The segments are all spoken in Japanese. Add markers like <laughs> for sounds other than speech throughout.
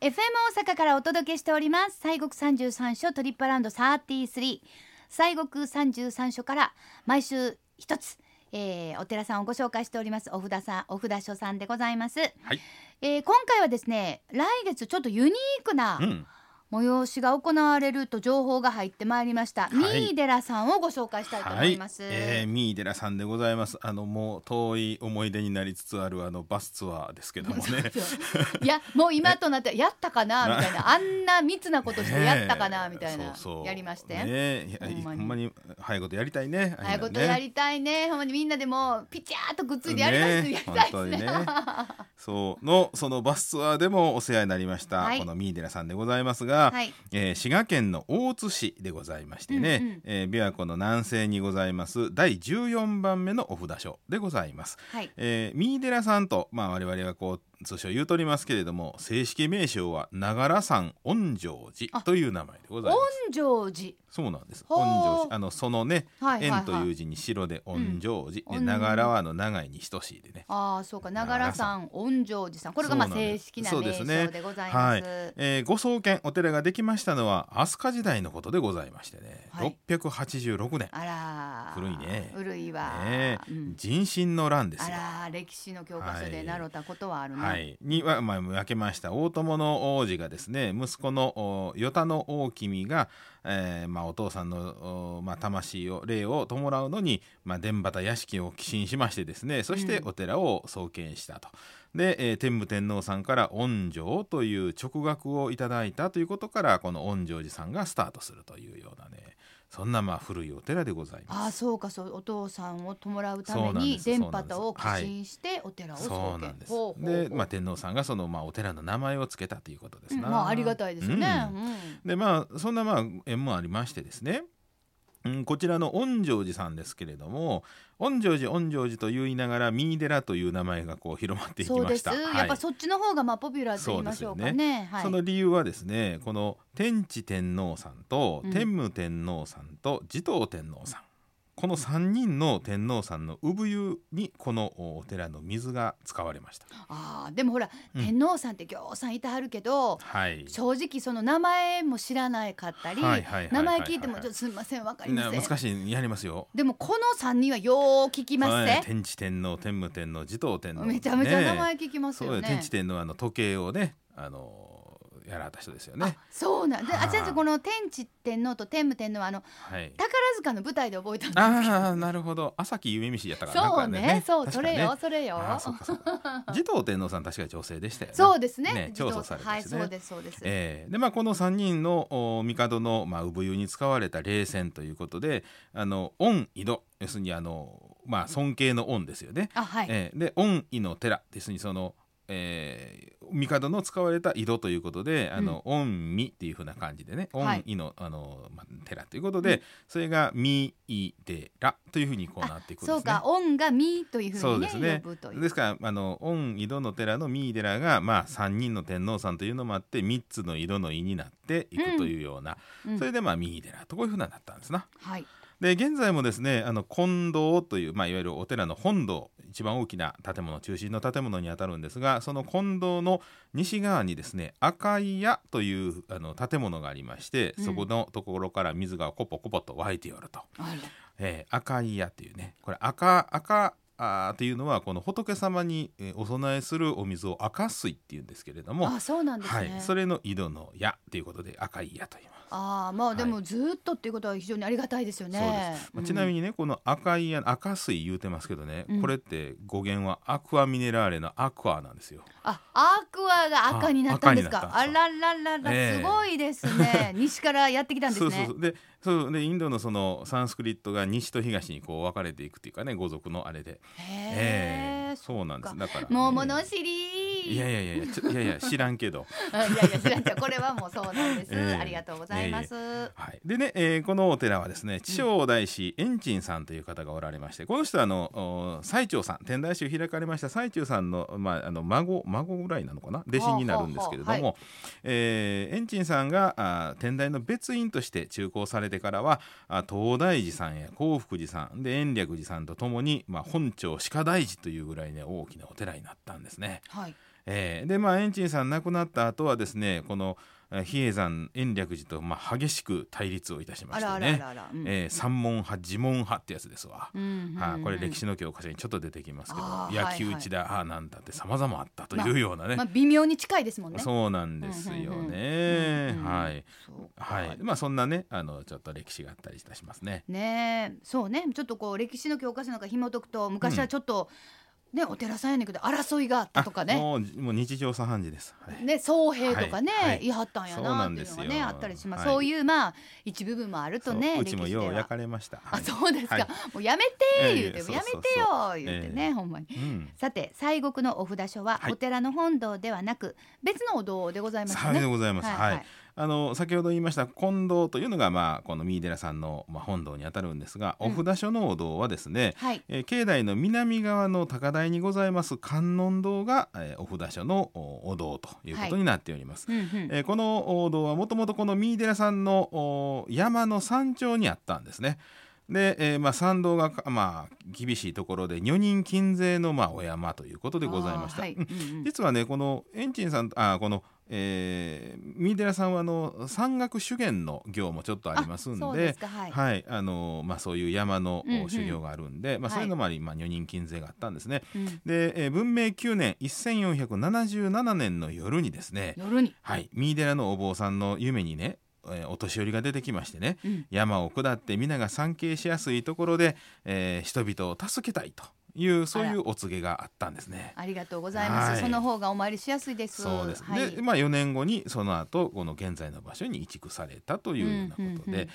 FM 大阪からお届けしております西国三十三所トリップアラウンド33西国三十三所から毎週一つ、えー、お寺さんをご紹介しておりますお札さんお札所さんでございます、はいえー今回はですね来月ちょっとユニークなうん、催しが行われると情報が入ってまいりました、ミいーデラさんをご紹介したいと思はいいます、、えー、 <laughs> ミーデラさんでございます。あのもう遠い思い出になりつつあるあのバスツアーですけども <laughs> ね。いやもう今となってやったかなみたい <laughs> なあんな密なことしてやったかなねえみたいなそうそうやりまして、ねえいやほんまほにんまに早いことやりたいね。ああいうことあやあうのねりたいねほんまにみんなでもうピチャーっとくっついてやりますってやりたいですねね本そうのそのバスツアーでもお世話になりました、はいこのミーデラさんでございますが、 <laughs> はいえー滋賀県の大津市でございましてね、うんうんえー琵琶湖の南西にございます第14番目のお札所でございます。はいえー、ミーデラさんと、まあ、我々がこう通称言うとりますけれども正式名称は長良山恩城寺という名前でございます。本庄寺そうなんですほう恩城寺あのそのねはいはい円はいという字に白で恩城寺、うでん長良はあの長いに等しいでね。ああそうか長良山恩庄寺さんこれがまあそうなん正です式な名そ称うですねでございますえー、ご創建お寺ができましたのは飛鳥時代のことでございましてね、はい686年、あらー古いね古いわ、ねうん人心の乱ですよあ。らー歴史の教科書はでい習ったことはあるな、はい、には、まあ、分けました大友の王子がですね息子のお与田の大君が、えーまあ、お父さんの、おまあ、魂を霊を弔うのに、まあ、伝端屋敷を寄進しましてですねそしてうんお寺を創建したと。で、えー天武天皇さんから恩城という直学をいただいたということからこの恩城寺さんがスタートするというようなねそんなまあ古いお寺でございます。ああそうかそうお父さんを弔うたそめうなんにです電波をそうなんです寄進してお寺をそ創うなん建ですほうほうほうで、まあ、天皇さんがその、まあ、お寺の名前を付けたということでうすんな、まあありがたいですよね、うんうんでまあそんなまあ縁もありましてですね、うん、こちらの恩城寺さんですけれども恩城寺恩城寺と言いながら三井寺という名前がこう広まっていきそうまでしす、た。やっぱそっちの方がまあポピュラーと言いましょうかねそうではい、その理由はですねこの天智天皇さんとうん天武天皇さんと持統天皇さん、この3人の天皇さんの産湯にこのお寺の水が使われました。ああでもほら、うん天皇さんってぎょうさんいてはるけどはい正直その名前も知らないかったりはいはいはいはいはい名前聞いても「ちょっとすみませんわかりまなせん」難しいやりますよ。でもこの3人はよう聞きますはいね、天智天皇天武天皇持統天皇めちゃめちゃね名前聞きますそうよよね。天智天皇はあの時計をねあのやらはった人ですよね。あそうなんで、あ、はいじゃあこの天智天皇と天武天皇はあのはい。宝塚の舞台で覚えたんですああなるほど朝木夢見氏やったからなそうなんかねそうそれよ、それよ確かねあーそうかそう <laughs> か持統天皇さん確か女性でしたよね。そうですねね調査されてはでいすねそうですそうです、えーでまあ、この3人のお帝の、まあ、産湯に使われた霊泉ということであの恩井戸要するにあの、まあ、尊敬の恩ですよね、あはい、えーで恩義の寺ですにその、えー帝の使われた井戸ということであの、恩義っていうふうな感じでねはい恩義の,、あのまあ、寺ということで、それが三井寺というふうにこうなっていくんですそねう。か音がみというふうにねそうですね呼ぶというですからあの御井戸の寺の三井寺が、まあ、3人の天皇さんというのもあって3つの井戸の井になっていくというような、うんそれで、まあ、三井寺とこういうふうになったんですな。はいで現在もですねあの金堂という、まあ、いわゆるお寺の本堂一番大きな建物中心の建物にあたるんですがその金堂の西側にですね赤い屋というあの建物がありまして、うんそこのところから水がコポコポと湧いておると、あえー赤い屋というねこれ赤赤あーというのはこの仏様にえーお供えするお水を赤水っていうんですけれどらも、あそうなんですはね、い、それの井戸の屋ということで赤い屋と言います。ああまあでもずっとっていうことは非常にありがたいですよねそうです、まあ、ちなみに、にね、この赤いや赤水言うてますけどね、うんこれって語源はアクアミネラーレのアクアなんですよ。あアクアが赤になったんですかああ赤にならららら、えすえごいです <laughs> ね西からやってきたんですそねうそうそうでそうでインドのそのサンスクリットが西と東にこう分かれていくっていうかね語族のあれで、へええそうなんですだから、ね、もう物知いりやいやいやいやちょいやいや知らんけど、いやいや知らんちゃうこれはもうそうなんです、ええありがとうございます、はい、でね、えーこのお寺はですね地方大師円珍さんという方がおられましてこの人はあのお最澄さん天台宗開かれました最澄さんの,、まあ、あの孫孫ぐらいなのかな弟子になるんですけれども、はあはあはえー円珍さんがあー天台の別院として中興されてからはあ東大寺さんや興福寺さんで延暦寺さんとともに、まあ、本庁歯科大寺というぐらいね大きなお寺になったんですね。はいえーでまあ円珍さん亡くなった後はですねこのえー比叡山延暦寺と、まあ、激しく対立をいたしまあしらあてらあねらあら。うんえー三門派自門派ってやつですわ。うんうんはい、これ歴史。史の教科書にちょっと出てきますけどあー野球打ちだ、ああなんだって様々あったというようなね,、まあ微妙に近いですもんね。そうなんですよね、うんうんうんはい、そうかはいまあ、そんなねあのちょっと歴史があったりいたしますね。ねえそうねちょっとこう歴史の教科書なんか紐解くと昔はちょっと、ねお寺さんやねんけど争いがあったとかあねもうもう日常茶飯事です、はいね僧兵とかね、はいはい言い張ったんやなっていうのがそうなんですねよあったりします、はいそういうまあ一部分もあるとねそうう歴ち史ではもよう焼かれました。あはいそうですか、はいもうやめて言うて、ええそうそうそうやめてよ言うてね、ええほんまに。うんさて西国のお札所ははいお寺の本堂ではなく、別のお堂でございますさあでね。ございます。はい、あの先ほど言いました金堂というのがまあこの三井寺さんのまあ本堂にあたるんですが、うんお札所のお堂はですね、はいえー境内の南側の高台にございます観音堂が、えーお札所のおお堂ということになっております。うんうんえーこのお堂はもともとこの三井寺さんのお山の山頂にあったんですね。で、えーまあ、参道がか、まあ、厳しいところで女人禁制の、まあ、お山ということでございました。あーはいうんうんうん実はねこのエンチンさんあこの、えー、三井寺さんはあの山岳修験の行もちょっとありますんでそうですかはい。はいあのまあ、そういう山の、うんうん修行があるんで、まあ、はいそういうのもあり、まあ、女人禁制があったんですね。うんで、えー文明9年1477年の夜にですね、夜に、はい、三井寺のお坊さんの夢にね、えーお年寄りが出てきましてねうん山を下って皆が参詣しやすいところで、えー人々を助けたいというそういうお告げがあったんですね。ありがとうございます、はいその方がお参りしやすいです。そうです、はい、で、まあ、4年後にその後この現在の場所に移築されたというようなことで,、うんうん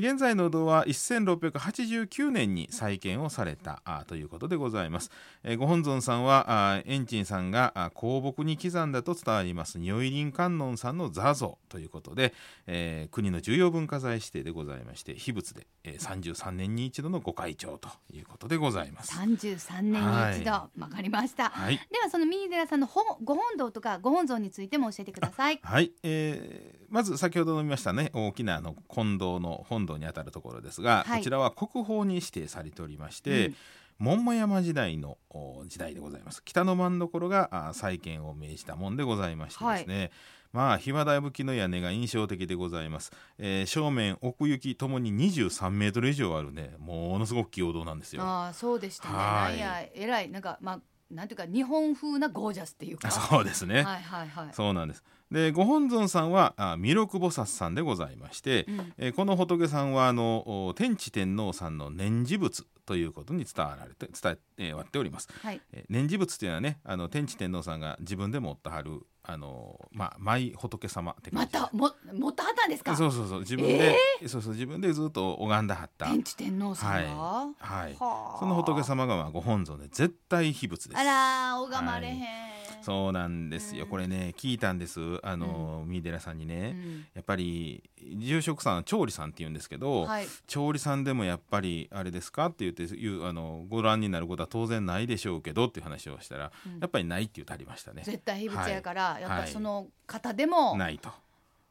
で現在のお堂は1689年に再建をされたあということでございます、えーご本尊さんはあ円珍さんがあ香木に刻んだと伝わります如意林観音さんの座像ということで、えー国の重要文化財指定でございまして秘仏で、えー33年に一度のご開帳ということでございます。三十三年に一度、わはかりました。はいではそのミニデラさんの本ご本堂とかご本尊についても教えてください。はい、えーまず先ほど見ましたね大きなあの金堂の本堂にあたるところですが、はいこちらは国宝に指定されておりまして、門馬山時代のお時代でございます北の真ん所があ再建を命じたもんでございましてですね、まあ、ひまだぶきの屋根が印象的でございます、えー正面奥行きともに23メートル以上あるねものすごく器用堂なんですよ。ああそうでしたね。なはんいやえらいなんかまあなんていうか日本風なゴージャスっていうか。あ <laughs> そうですね、はいはいはい。そうなんですでご本尊さんはあ弥勒菩薩さんでございまして、うんえーこの仏さんはあのお天智天皇さんの念持仏ということに伝わられて伝ええーわっております。はい。えー念持仏というのはねあの天智天皇さんが自分で持ってはるあのまあ舞仏様って感まじですたももったはったんですか。そうそうそう自分で、そうそう自分でずっと拝んだはった天智天皇さんが。ははいあその仏様がまあご本尊で絶対秘仏です。あら拝まれへん。そうなんですよ、うんこれね聞いたんですあの、三井寺さんにうね、んやっぱり住職さんは調理さんって言うんですけど、はい。調理さんでもやっぱりあれですかって言っていうあのご覧になることは当然ないでしょうけどっていう話をしたら、うんやっぱりないって言ってありましたね。絶対秘仏やから、やっぱはりいその方でも、ないと。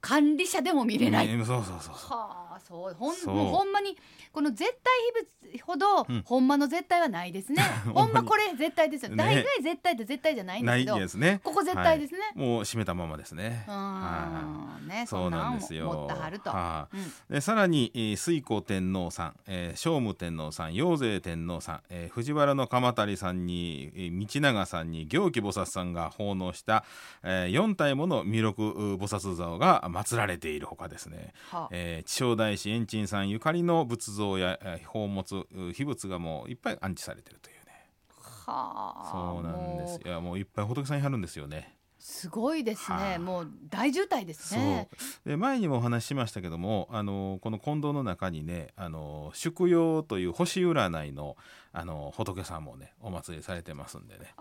管理者でも見れない。うんそうそうそうそう。はあ、そう、ほん、そうもうほんまに、この絶対秘仏ほど、うんほんまの絶対はないです <laughs> ね。ほんまこれ絶対ですよ。ね大概絶対と絶対じゃないんでなすけいど、ですね。ここ絶対ですね。もう閉めたままですね。はうーん、ね、い。そうなんですそよ。んなんを持ったはると。はうんいでさらに、えー水光天皇さん、えー、聖武天皇さん、陽勢天皇さん、えー藤原の鎌足さんに、えー道長さんに行基菩薩さんが奉納した、え4体もの弥勒う菩薩像が祀られているほかですね。はあえー、地小大師円珍さんゆかりの仏像や、えー宝物う秘仏がもういっぱい安置されてるというねはあ、そうなんでもすよういやもういっぱい仏さんやるんですよね。すごいですね、はあもう大渋滞ですそね。うで前にもお話ししましたけどもあのこの金堂の中にねあの祝陽という星占いのあの仏さんもねお祭りされてますんでね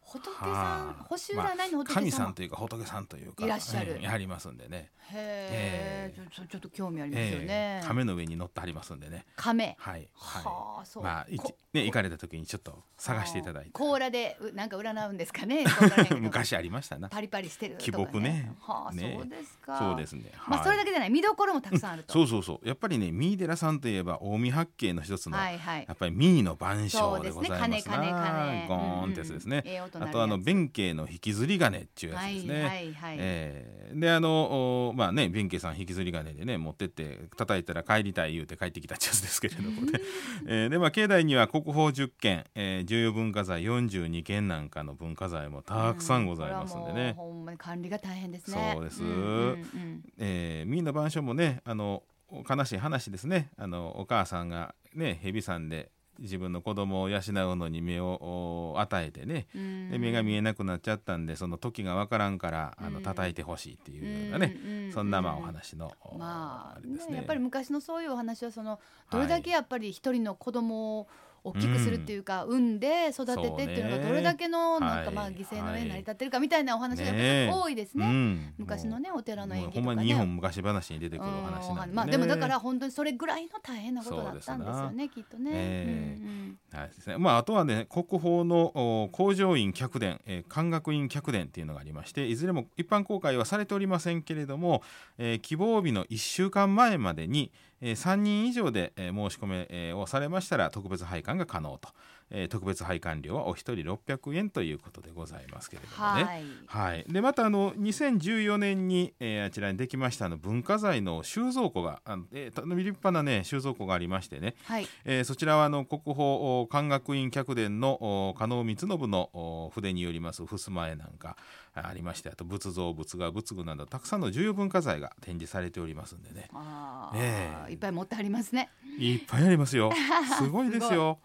仏さんは、あ星占いの仏様。神さんというか仏さんというかいらっしゃるうんやりますんでね、へえ、えちょちょっと興味ありますよえね。ー、亀の上に乗ってはりますんでね亀。はい、ははあ、そい、う。まあいちこね行かれた時にちょっと探していただいて甲羅でうなんか占うんですか <laughs> ね。わからへんけど昔ありましたなパリパリしてるとか、ね。貴木ねはあ、ねそうですか。。そうですすね。まあそれだけけじゃない見どころもたくさんあると。 <laughs> そうそうそう。やっぱりね、三井寺さんといえば近江八景の一つの、はいはいや。っぱり三井の晩そ鐘うでですごね。ざいま金すな。金金。ゴーンってやつですねうんうん。ええ音あとあなのるやつ弁慶の引きずり金っていうやつですね。はいはいはい、えーであのおまあね弁慶さん引きずり金でね持ってって叩いたら帰りたい言うて帰ってきたってやつですけれどもね、 <laughs> えーでまあ境内には国宝10件、えー重要文化財42件なんかの文化財もたくさんございますんう、でねこれはもうほんまに管理が大変ですねそうですんうんうんえー、みんな晩鐘もねあのお悲しい話ですねあのお母さんがね蛇さんで自分の子供を養うのに目をお与えてねうんで目が見えなくなっちゃったんでその時がわからんからあうのん叩いてほしいっていうようなね、ねそんなまあお話の、おまああれですねね。やっぱり昔のそういうお話はそのどれだけやっぱり一人の子供を大きくするっていうか、産んで育ててっていうのそうねがどれだけのなんかまはあい犠牲の上に成り立ってるかみたいなお話がやっぱねえ多いですうね。ん、昔のねお寺のもう演劇ほんとまかにね。日本昔話に出てくるおう話んなんで、ね、まあでもだから本当にそれぐらいの大変なことだったんですよそうねきっとね。ええうんうんはいですねまあ、あとはね国宝のお工場院客殿、えー、官学院客殿っていうのがありましていずれも一般公開はされておりませんけれども、えー希望日の1週間前までに、えー3人以上で、えー申し込め、えーをされましたら特別拝観が可能と、えー特別拝観料はお一人600円ということでございますけれどもね。はい。はい、でまたあの2014年に、えーあちらにできましたあの文化財の収蔵庫があの、えーと、立派な、ね、収蔵庫がありましてね、はい。えーそちらはあの国宝お漢学院客伝のお加納光信のお筆によります襖絵なんかあありましてあと仏像仏画仏具などたくさんの重要文化財が展示されておりますんでねあねあ、えいっぱい持ってありますね。いっぱいありま <laughs> すよすごいですよ。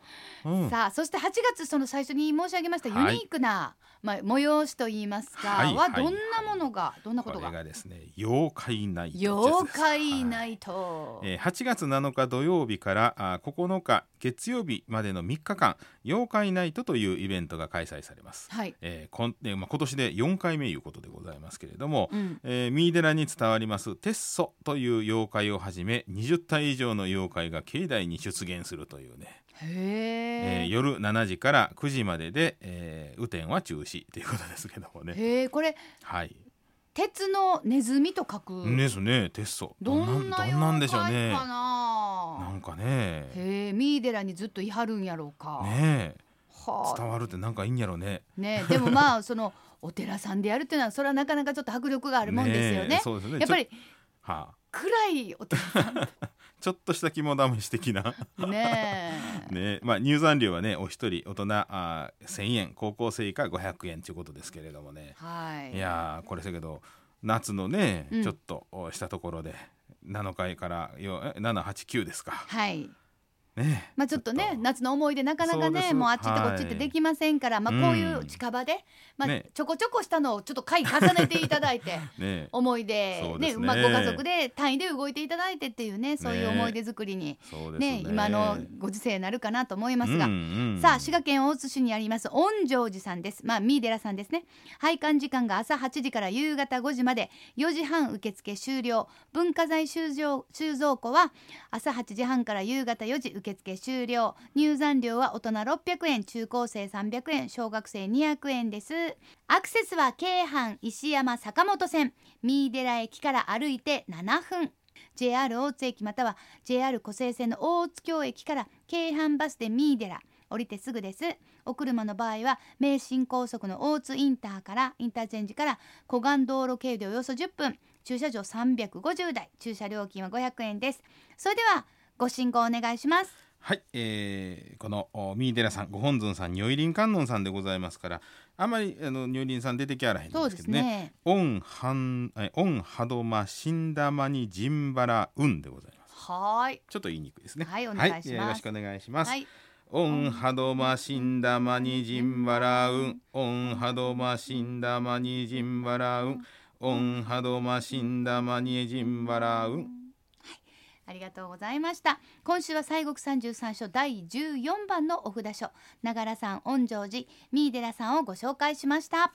うんさあそして8月その最初に申し上げましたユはいニークな、まあ、催しといいますか、はいははいどんなものが、どんなこことれががですね妖怪ナイトってやつです妖怪はナいイト、えー8月7日土曜日からあー9日月曜日までの3日間妖怪ナイトというイベントが開催されます、はい、えーこんえーまあ、今年で4回目いうことでございますけれども、うん、えー、三井寺に伝わりますテッソという妖怪をはじめ20体以上の妖怪が境内に出現するというね、へえーえ、夜7時から9時までで、えー雨天は中止ということですけどもね。へえこれはい、鉄のネズミと書く、ですねテッソどんなどんなんで妖怪しょうかね。ななんかねねへえ三井寺にずっといはるんやろうか、えはあ伝わるってなんかいいんやろうね。ねでもまあそのお寺さんでやるっていうのはそれはなかなかちょっと迫力があるもんですよねえそうですねやっぱりちょ,、はあ、暗いお寺さちょっとした肝試し的な。 <laughs> んねえねまあ、入山料はねお一人大人あー1,000円高校生以下500円ということですけれどもね、はいい、やーこれだけど夏のね、うんちょっとおしたところで7回から789ですか。はいねまあ、ちょっとちょっねと夏の思い出なかなかそうでねすもうあっち行ってこっち行ってはいできませんから、まあ、こういうんう近場で、まあねちょこちょこしたのをちょっと回重ねていただい <laughs> てね思い出そうでねすねまあ、ご家族で単位で動いていただいてっていうねそういう思い出作りに、そうですねね今のご時世になるかなと思いますが。うんうんさあ滋賀県大津市にあります御城寺さんですまあ三井寺さんですね拝観時間が朝8時から夕方5時まで4時半受付終了文化財収蔵収蔵庫は朝8時半から夕方4時受付終了入山料は大人600円中高生300円小学生200円ですアクセスは京阪石山坂本線三井寺駅から歩いて7分 JR 大津駅または JR 湖西線の大津京駅から京阪バスで三井寺降りてすぐですお車の場合は名神高速の大津インターからインターチェンジから湖岸道路経由でおよそ10分駐車場350台駐車料金は500円ですそれではご信号お願いしますはい、えーこのお三井寺さんご本尊さん如意輪観音さんでございますからあまりあの如意輪さん出てきあらへんんそうでですけすどねねオンハンえオンハドマシンダマニジンバラウンでございます。はーいちょっと言いにくいですね。はいお願いしますよろしくお願いします。はいオンハドマシンダマニジンバラウン。オンハドマシンダマニジンバラウン。オンハドマシンダマニジンバラウン。ありがとうございました今週は西国三十三所第14番のお札書長良さん、御城寺、三井寺さんをご紹介しました